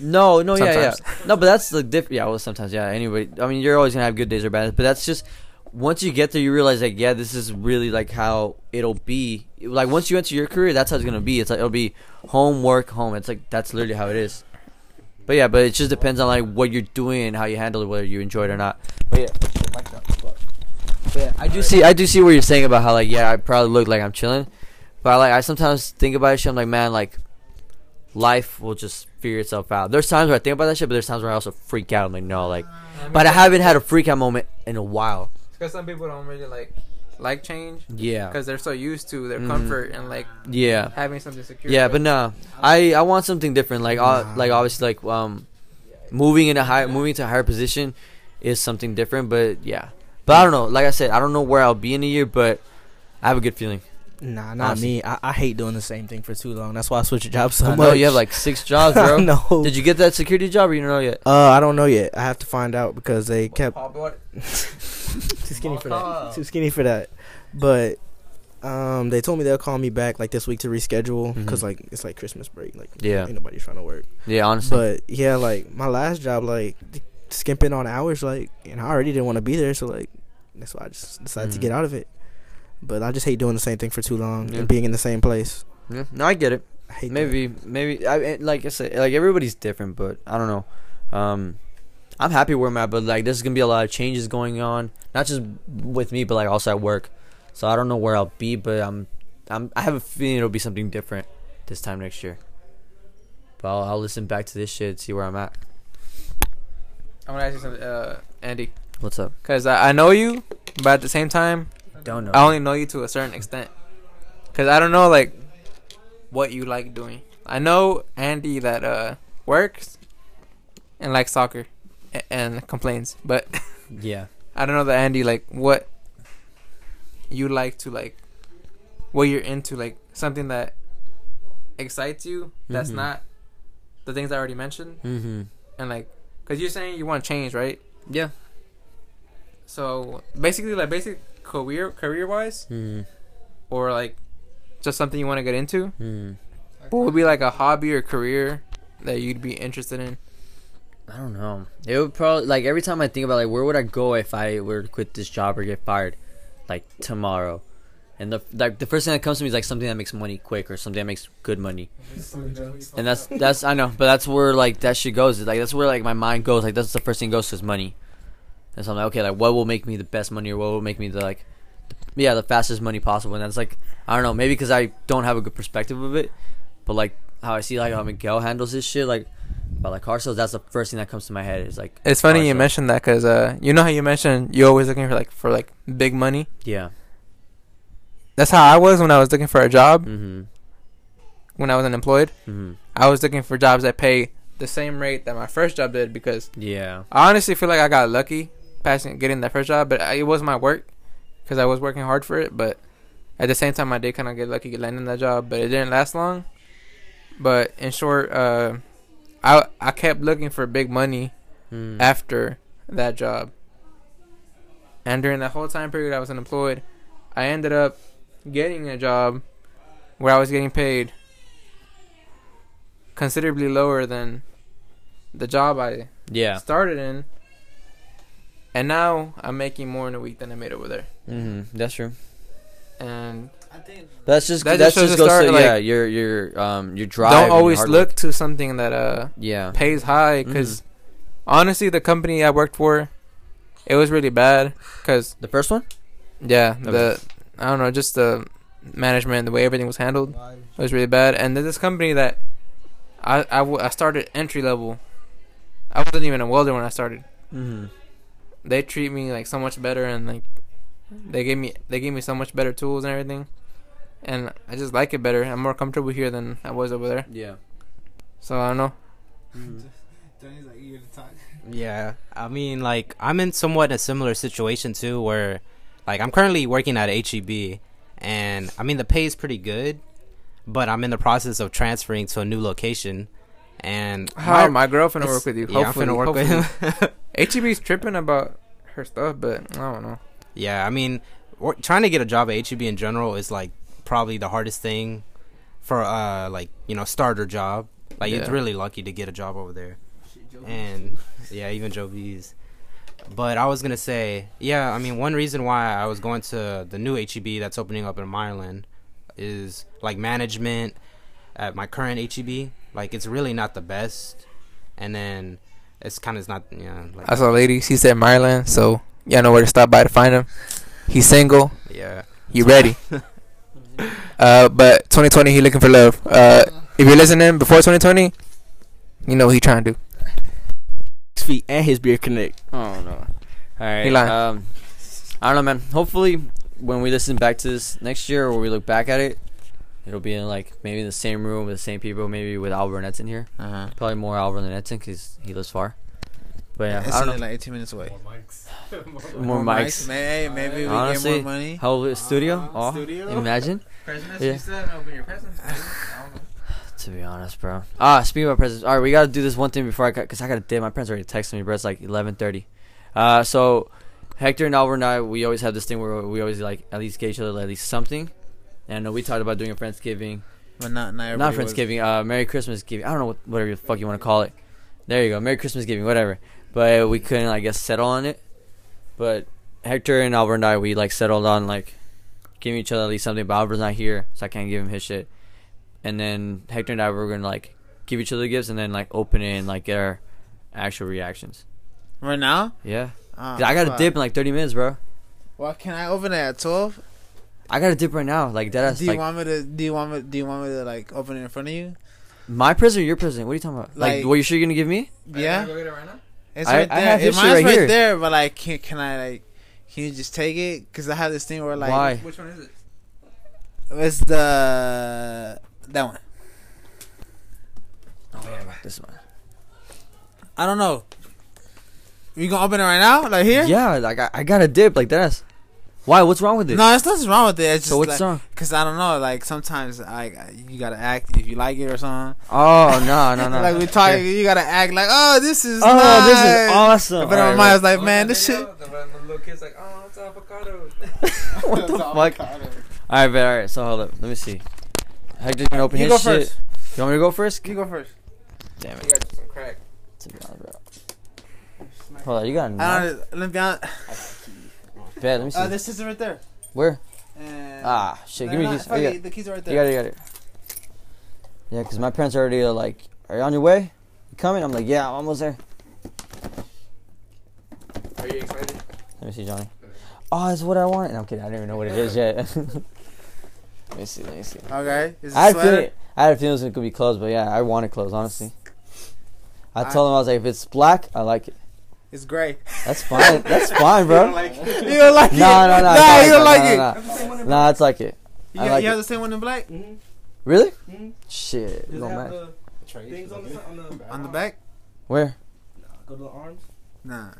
C: No, no, yeah,
E: Sometimes.
C: yeah. No, but that's the diff. Yeah, well, sometimes, yeah. Anyway, I mean, you're always gonna have good days or bad, days, but that's just once you get there, you realize like, yeah, this is really like how it'll be. Like once you enter your career, that's how it's gonna be. It's like it'll be home, work, home. It's like that's literally how it is. But yeah, but it just depends on like what you're doing and how you handle it, whether you enjoy it or not. But yeah, But yeah, I do see, I do see what you're saying about how like, yeah, I probably look like I'm chilling, but like I sometimes think about shit. I'm like, man, like life will just figure itself out. There's times where I think about that shit, but there's times where I also freak out. I'm like, no, like,
E: Uh,
C: but I haven't had a freak out moment in a while.
E: Because some people don't really like like change
C: Yeah,
E: because they're so used to their
C: Mhm.
E: comfort and like
C: yeah,
E: having something secure.
C: yeah. But no, I I want something different. Like, uh, like obviously, like um, moving in a high, moving to a higher position is something different. But yeah, but I don't know. Like I said, I don't know where I'll be in a year, but I have a good feeling.
F: Nah, not
C: Honestly.
F: me. I, I hate doing the same thing for too long. That's why I switch jobs so
C: I
F: much.
C: know you have like six jobs, bro.
F: no.
C: Did you get that security job or you don't know yet?
F: Uh, I don't know yet. I have to find out because they kept
E: Paul Blart-
F: too skinny for
C: Wow.
F: that. Too skinny for that. But um, they told me they'll call me back like this week to reschedule because
C: Mhm.
F: like it's like Christmas break. Like
C: Yeah.
F: ain't nobody trying to work.
C: Yeah, honestly.
F: But yeah, like my last job, like skimping on hours, like and I already didn't want to be there, so like that's why I just decided to
C: Mhm.
F: get out of it. But I just hate doing the same thing for too long
C: Yeah.
F: and being in the same place.
C: Yeah, no, I get it.
F: I hate that.
C: maybe maybe I I- like I said like everybody's different, but I don't know. Um, I'm happy where I'm at, but like there's gonna be a lot of changes going on, not just with me, but like also at work. So I don't know where I'll be, but I'm I'm I have a feeling it'll be something different this time next year. But I'll, I'll listen back to this shit, and see where I'm at.
E: I'm gonna ask you something, uh, Andy,
C: What's up?
E: because I, I know you, but at the same time,
C: Don't know.
E: I only know you to a certain extent. Because I don't know, like, what you like doing. I know Andy that uh works and likes soccer a- and complains, but
C: Yeah.
E: I don't know that Andy, like, what you like to, like, what you're into, like, something that excites you that's
C: Mhm.
E: not the things I already mentioned.
C: Mm-hmm.
E: And, like, because you're saying you want to change, right?
C: Yeah.
E: So basically, like basic career career wise,
C: Mm-hmm.
E: or like just something you want to get into,
C: Mm-hmm.
E: what would be like a hobby or career that you'd be interested in?
C: I don't know. It would probably like every time I think about like where would I go if I were to quit this job or get fired, like tomorrow, and the like the first thing that comes to me is like something that makes money quick or something that makes good money, and that's that's I know, but that's where like that shit goes. Like that's where like my mind goes. Like that's the first thing goes is money, and so I'm like okay, like what will make me the best money or what will make me the like, the, yeah, the fastest money possible, and that's like I don't know maybe because I don't have a good perspective of it, but like how I see like how Miguel handles his shit like. But like car sales, that's the first thing that comes to my head. Is like
E: It's funny
C: car
E: you
C: sales.
E: mentioned that because uh, you know how you mentioned you're always looking for like for like big money.
C: Yeah.
E: That's how I was when I was looking for a job
C: Mm-hmm.
E: when I was unemployed.
C: Mm-hmm.
E: I was looking for jobs that pay the same rate that my first job did because
C: Yeah.
E: I honestly feel like I got lucky passing getting that first job, but I- it was my work because I was working hard for it. But at the same time, I did kind of get lucky landing that job, but it didn't last long. But in short, uh, I I kept looking for big money
C: Mm.
E: after that job. And during that whole time period I was unemployed, I ended up getting a job where I was getting paid considerably lower than the job I
C: Yeah.
E: started in. And now I'm making more in a week than I made over there.
C: hmm That's true.
E: And
C: That's just
E: That
C: that
E: just
C: just,
E: shows the
C: goes
E: start,
C: to
E: like-
C: yeah your your um your drive. and
E: don't
C: your
E: always
C: hard
E: look
C: work.
E: to something that uh
C: Yeah.
E: pays high because
C: Mm-hmm.
E: honestly, the company I worked for, it was really bad because
C: The first one.
E: Yeah,
C: Okay.
E: the I don't know, just the management, the way everything was handled was really bad. And then this company that I I, w- I started entry level. I wasn't even a welder when I started.
C: Mm-hmm.
E: They treat me like so much better, and like they gave me they gave me so much better tools and everything. And I just like it better. I'm more comfortable here than I was over there.
C: Yeah.
E: So I don't know.
G: Yeah, I mean, like I'm in somewhat a similar situation too, where like I'm currently working at HEB, and I mean the pay is pretty good, but I'm in the process of transferring to a new location, and
E: How my, girlfriend will
G: it's-
E: work with you.
G: yeah,
E: hopefully,
G: I'm finna work
E: hopefully.
G: with him.
E: HEB's tripping about her stuff, but I don't know.
G: yeah, I mean, wor- trying to get a job at HEB in general is like probably the hardest thing for uh like you know starter job. Like it's
E: Yeah.
G: really lucky to get a job over there. and yeah, even Joe B's. But I was gonna say, yeah, I mean, one reason why I was going to the new HEB that's opening up in Maryland is like management at my current HEB. Like, it's really not the best, and then it's kind of not, yeah, like,
E: I saw a lady. She said Maryland, so y'all know where to stop by to find him. He's single.
G: yeah,
E: You ready? uh, but 2020, he looking for love. Uh, if you're listening before 2020, you know what he trying to do.
F: His feet and his beer connect.
C: Oh no. All right.
E: lying.
C: Um, I don't know, man. Hopefully, when we listen back to this next year, or we look back at it, it'll be in like maybe in the same room with the same people, maybe with Albert and Edson here.
B: Uh-huh.
C: Probably more Albert than Edson because he lives far. But yeah,
B: It's
C: I
B: only
C: don't know.
B: like 18 minutes away.
C: More mics.
B: May, maybe we
C: Honestly,
B: get more money.
C: How studio? Oh, imagine.
E: President,
C: Yeah. you
E: still haven't opened your presents.
C: To be honest, bro. Ah, speaking about presents. All right, we gotta do this one thing before I got, cause I got a day. My parents already texted me, bro. It's like eleven thirty. Uh, so Hector and Albert and I, we always have this thing where we always like at least get each other like, at least something. And I know we talked about doing a Friendsgiving,
B: But not not,
C: not
B: everybody was-
C: Friendsgiving, uh, Merry Christmas giving. I don't know what, whatever the fuck you want to call it. There you go, Merry Christmas giving, whatever. But we couldn't, I guess, settle on it. But Hector and Albert and I, we like settled on like giving each other at least something. But Albert's not here, so I can't give him his shit. And then Hector and I were gonna like give each other gifts and then like open it and like get our actual reactions.
B: Right now?
C: Yeah,
B: Uh,
C: 'Cause I got to
B: fuck.
C: dip in like 30 minutes, bro.
B: Well, can I open it at 12?
C: I got to dip right now. Like that.
B: do you
C: like
B: want me to? Do you want me? Do you want me to like open it in front of you?
C: my present or your present. What are you talking about? Like,
B: Like-
C: what you sure you gonna give me?
B: Yeah, it's
C: I-
B: right
C: I
B: there.
C: have
B: it,
C: this shit
B: mine's
C: right
B: right,
C: here.
B: there, but like, can, can I like? Can you just take it? Cause I have this thing where like,
C: Why?
E: Which one is it?
B: it's the that one. Oh,
C: This one.
B: I don't know. You gonna open it right now? Like here?
C: Yeah, like I, I got a dip like that's why? What's wrong with it?
B: No, there's nothing wrong with it. It's just
C: so what's
B: like,
C: wrong?
B: Cause I don't know. Like sometimes I you gotta act if you like it or something.
C: Oh no no no!
B: like we talk, you gotta act like oh this is
C: Oh, this is
B: nice.
C: awesome!
B: But in my
C: Alright,
B: mind, I was like, man, this shit.
E: The, the little kid's like, oh, it's avocado.
C: what the fuck? All right, but all right. So hold up, let me see. Hector's gonna open
B: You
C: his
B: go
C: shit.
B: first.
C: You want me to go first?
B: You go first.
C: Damn
E: You
C: it!
E: got you some crack.
C: To be honest, bro. Hold on, you got a
B: I
C: knife?
B: don't. Let me be honest.
C: Bad. Let me see.
B: Uh, this is right there.
C: Where?
B: And
C: Ah, shit! Give me these.
B: Fuck
C: You got,
B: it, the keys are right
C: you got
B: there.
C: it. You got it. Yeah, cause my parents already are like, "Are you on your way? You coming?" I'm like, "Yeah, I'm almost there."
E: Are you excited?
C: Let me see, Johnny. Oh, that's what I want. No, I'm kidding. I don't even know what it is yet. let me see. Let me see.
B: Okay. Is it
C: I had a
B: sweater?
C: feeling. I had a feeling it was gonna be closed, but yeah, I wanted closed. Honestly, I, told him I was like, if it's black, I like it.
B: It's gray.
C: That's fine. That's fine, bro. No,
B: you don't like it.
C: no, no.
B: Nah,
C: it's
B: you don't like
C: no,
B: it.
C: no, No, no. Nah, it's like it.
B: You,
C: I
B: got-
C: like
B: you
C: it.
F: Mm-hmm.
B: have the same one in black.
E: Hmm?
C: Really?
F: Mhm.
C: Shit. it don't matter.
F: Things on the on the back.
B: On the back?
C: Where?
F: Go to the arms.
B: Nah.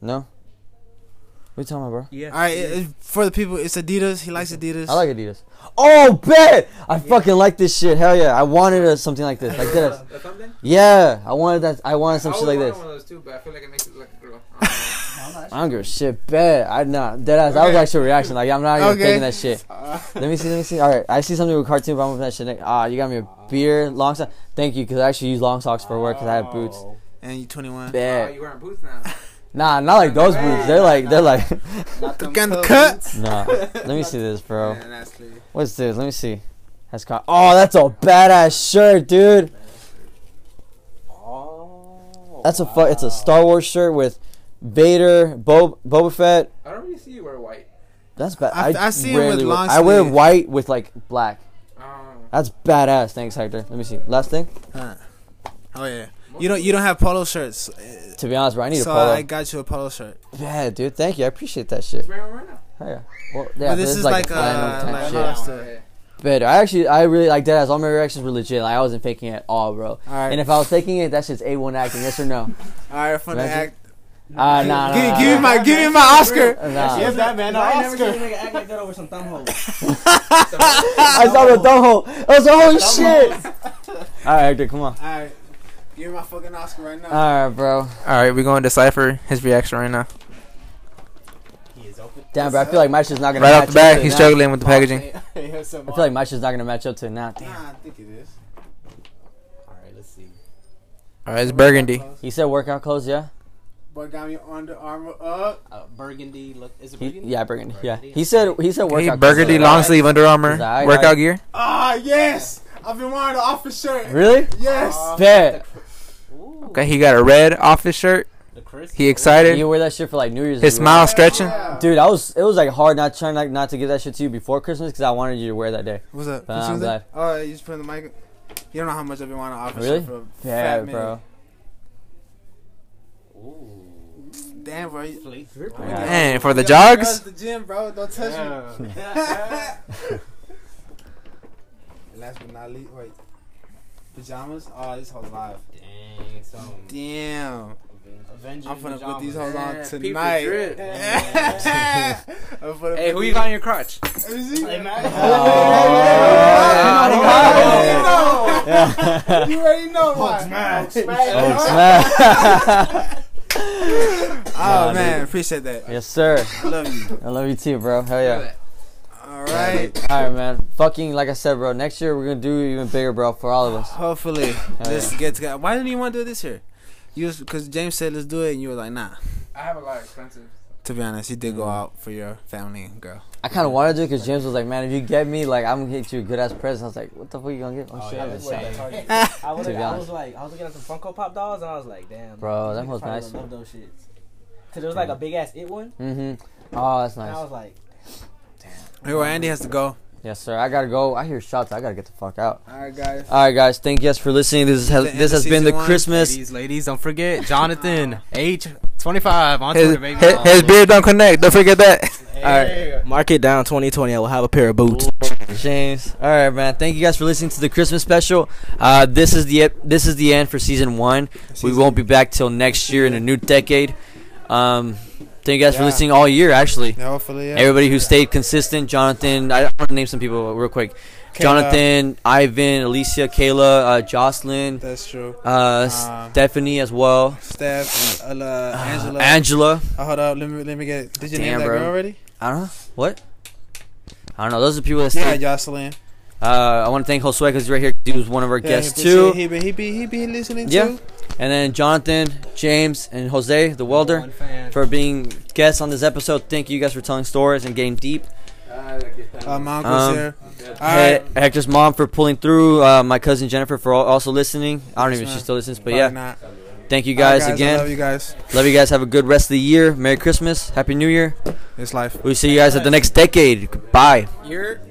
C: No. What you talking about, bro?
F: Yeah.
B: All right, it- it- for the people, it's Adidas. He likes Adidas.
C: I like Adidas. Oh, bet! I fucking like this shit. Hell yeah! I wanted a, something like this, like this. Yeah, I wanted that. I wanted some shit like this.
E: of those too, but I feel like it makes it look girl.
C: I don't give a shit. Bet I not dead ass. That was
B: Okay.
C: actual reaction. Like I'm not even
B: Okay.
C: taking that shit. let me see. Let me see. All right, I see something with cartoon. But I'm with that shit. next. Ah, you got me a beer, long socks. Thank you, because I actually use long socks for work because I have boots.
B: and you 21.
E: Oh,
C: Bet.
E: you wearing boots now?
C: Nah, not like those boots. They're like they're like.
H: Not them
B: Again, the
H: toes.
B: cut.
C: nah. Let me see this, bro.
B: Man, that's clear.
C: What's this? Let me see. That's caught. Oh, that's a badass shirt, dude.
H: Oh,
C: That's a fu- It's a Star Wars shirt with Vader, Bo- Boba Fett.
E: I don't really see you wear white.
C: That's bad.
B: I- I see 'em with long
C: I wear
B: sleeve.
C: white with like black.
E: Um,
C: That's badass. Thanks, Hector. Let me see. Last thing.
B: Huh. Oh yeah. You don't you don't have polo shirts,
C: To be honest, bro, I need
B: so
C: a polo.
B: I got you a polo shirt.
C: yeah, dude. Thank you. I appreciate that shit.
E: he's wearing one right now.
C: Oh, yeah. Well, yeah,
B: But
C: this, is like, a flannel type
B: like
C: shit.
B: a-
C: Better. I actually, I really like that. As all my reactions were legit. Like I wasn't faking it at all, bro.
B: Alright.
C: And if I was faking it, that shit's a one acting. Yes or no?
B: All right, fun
C: Imagine-
B: act.
C: Ah, uh, nah, nah,
B: give,
C: nah,
B: give me
C: nah.
B: my give me my Oscar.
C: Nah.
F: Yes,
H: that man,
F: I ain't
H: Oscar.
F: never seen a nigga act like that over some thumb holes.
C: I saw the thumb hole. I was like, holy shit. All right, Hector, come on.
B: All right, give me my fucking Oscar right now.
C: All right, bro.
E: All right, we're going to decipher his reaction right now.
C: Damn, bro. I feel like my shit's not gonna
E: Right
C: match
E: off the bat,
C: up to
E: he's
C: that.
E: struggling with the packaging.
C: I feel like my shit's not gonna match up to it now. Damn.
B: Nah, I think it is.
H: Alright, let's see.
E: All right, it's burgundy.
C: He said workout clothes, yeah.
B: Boy got me Under Armour up.
H: Uh, burgundy, look. Is it
C: He,
H: burgundy?
C: yeah, burgundy. Yeah. He said he said workout.
E: Hey,
C: clothes.
E: burgundy
C: Is that
E: long
C: right?
E: sleeve Under Armour
C: Is that all right?
E: workout gear.
B: Ah yes, I've been wearing the office shirt.
C: Really?
B: Yes.
C: Bet.
H: Ooh,
E: Okay, he got a red office shirt.
H: the crisp.
E: He
C: You
E: excited.
C: wear that shit for like New Year's.
E: His
C: Eve.
E: smile stretching.
B: Yeah.
C: Dude, I was it was like hard not trying like not to give that shit to you before Christmas because I wanted you to wear that day.
B: What's up?
C: Nah,
B: What's
C: I'm
B: up?
C: glad.
B: Oh, you just put in the mic. You don't know how much I've been wanting an office
C: Really?
B: shirt for a
C: Yeah,
B: fat minute.
C: bro.
H: Ooh.
B: Damn, bro. you-
H: Fleet.
C: Yeah.
E: And for the
B: Yeah, bro,
E: jogs,
B: it's the gym, bro. Don't touch
H: Yeah.
B: me. And last but not least, wait. Pajamas? Oh, this whole live.
H: Dang, some
B: Damn.
H: Avengers.
B: I'm finna put
H: pajamas.
B: these hoes on
E: Yeah, people
B: tonight.
E: drip.
B: I'm finna
E: hey,
B: put
E: who
B: these-
E: you got in your crotch?
B: Is he-
H: Hey,
B: You
H: man.
B: already
C: Oh,
B: know.
C: Yeah.
B: You already know why.
C: Oh, snap.
B: Oh,
C: Nah,
B: man. Appreciate that.
C: yes, sir.
B: I love you.
C: I love you too, bro. Hell yeah.
B: All right.
C: All right, man. Fucking like I said, bro. Next year we're gonna do even bigger, bro, for all of us.
B: Hopefully,
C: Hell
B: let's get together. Why didn't you want to do it this year? You was because James said let's do it, and you were like, nah.
E: I have a lot of expensive.
B: To be honest, you did go out for your family and girl.
C: I kind of wanted to because James was like, "Man, if you get me, like, I'm gonna get you a good ass present." I was like, "What the fuck you gonna get?" Oh, shit,
F: I
C: that's
F: was, like,
C: sad.
F: I, was
C: To be
F: I was
C: honest.
F: like, I was looking at some Funko Pop dolls, and I was like, damn,
C: Bro,
F: these
C: that
F: niggas
C: was
F: probably
C: nice,
F: gonna Love those shits. Cause it was like a big ass it one,
C: Mhm. Oh, that's
F: and I
C: nice.
F: was like,
B: Hey, well, Andy has to go.
C: Yes, sir. I gotta go. I hear shots. I gotta get the fuck out.
B: All right, guys.
C: All right, guys. Thank you guys for listening. This has
B: The end
C: this
B: of
C: has been the
B: season one.
C: Christmas.
H: Ladies, ladies, don't forget Jonathan H twenty five on Twitter, baby.
E: his, his beard don't connect. Don't forget that.
C: All right,
F: mark it down 2020. I will have a pair of boots.
C: James. All right, man. Thank you guys for listening to the Christmas special. Uh, this is the ep- this is the end for season one. We won't be back till next year in a new decade. Um, thank you guys for
B: Yeah.
C: listening all year. Actually,
B: Yeah, hopefully, yeah.
C: everybody who stayed consistent. Jonathan. I want to name some people real quick.
B: Kayla.
C: Jonathan, Ivan, Alicia, Kayla, uh, Jocelyn,
B: That's true.
C: uh, Stephanie as well.
B: Steph, uh, Angela.
C: Angela.
B: Oh, hold up, let me let me get. It. Did you
C: Damn,
B: name that
C: bro.
B: girl already?
C: I don't know what. I don't know. Those are people that.
B: Yeah,
C: stayed.
B: Jocelyn.
C: Uh, I want to thank Josue because he's right here. He was one of our
B: Yeah,
C: guests
B: he-
C: too.
B: He be he be he be listening
C: Yeah.
B: too.
C: and then Jonathan, James, and Jose, the welder, for being guests on this episode. Thank you guys for telling stories and getting deep.
B: Uh, my uncle's
C: Um,
B: here. All
C: He-
B: right.
C: Hector's mom for pulling through. Uh, my cousin Jennifer for al- also listening. I don't even know if she
B: Yes, ma'am.
C: still listens, but
B: Probably
C: yeah.
B: not.
C: Thank you
B: All right,
C: guys,
B: I
C: again.
B: love
C: Love
B: you guys.
C: you. guys. Have a good rest of the year. Merry Christmas. Happy New Year.
B: It's life.
C: We'll see you guys at the next decade. Bye.
E: You're